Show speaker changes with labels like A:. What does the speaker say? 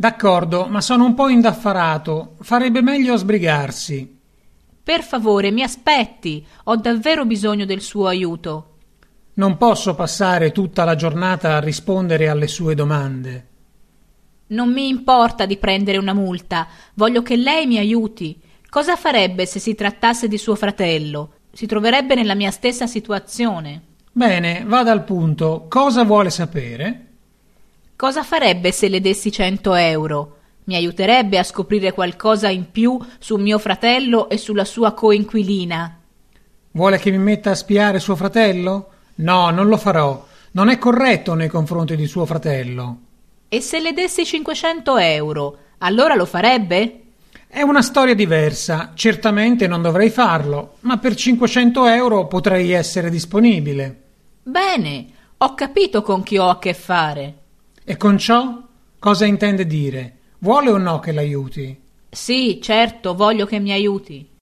A: D'accordo, ma sono un po' indaffarato. Farebbe meglio a sbrigarsi.
B: Per favore, mi aspetti. Ho davvero bisogno del suo aiuto.
A: Non posso passare tutta la giornata a rispondere alle sue domande.
B: Non mi importa di prendere una multa. Voglio che lei mi aiuti. Cosa farebbe se si trattasse di suo fratello? Si troverebbe nella mia stessa situazione.
A: Bene, vada al punto. Cosa vuole sapere?
B: Cosa farebbe se le dessi 100 euro? Mi aiuterebbe a scoprire qualcosa in più su mio fratello e sulla sua coinquilina.
A: Vuole che mi metta a spiare suo fratello? No, non lo farò. Non è corretto nei confronti di suo fratello.
B: E se le dessi 500 euro, allora lo farebbe?
A: È una storia diversa. Certamente non dovrei farlo, ma per 500 euro potrei essere disponibile.
B: Bene, ho capito con chi ho a che fare.
A: E con ciò cosa intende dire? Vuole o no che l'aiuti?
B: Sì, certo, voglio che mi aiuti.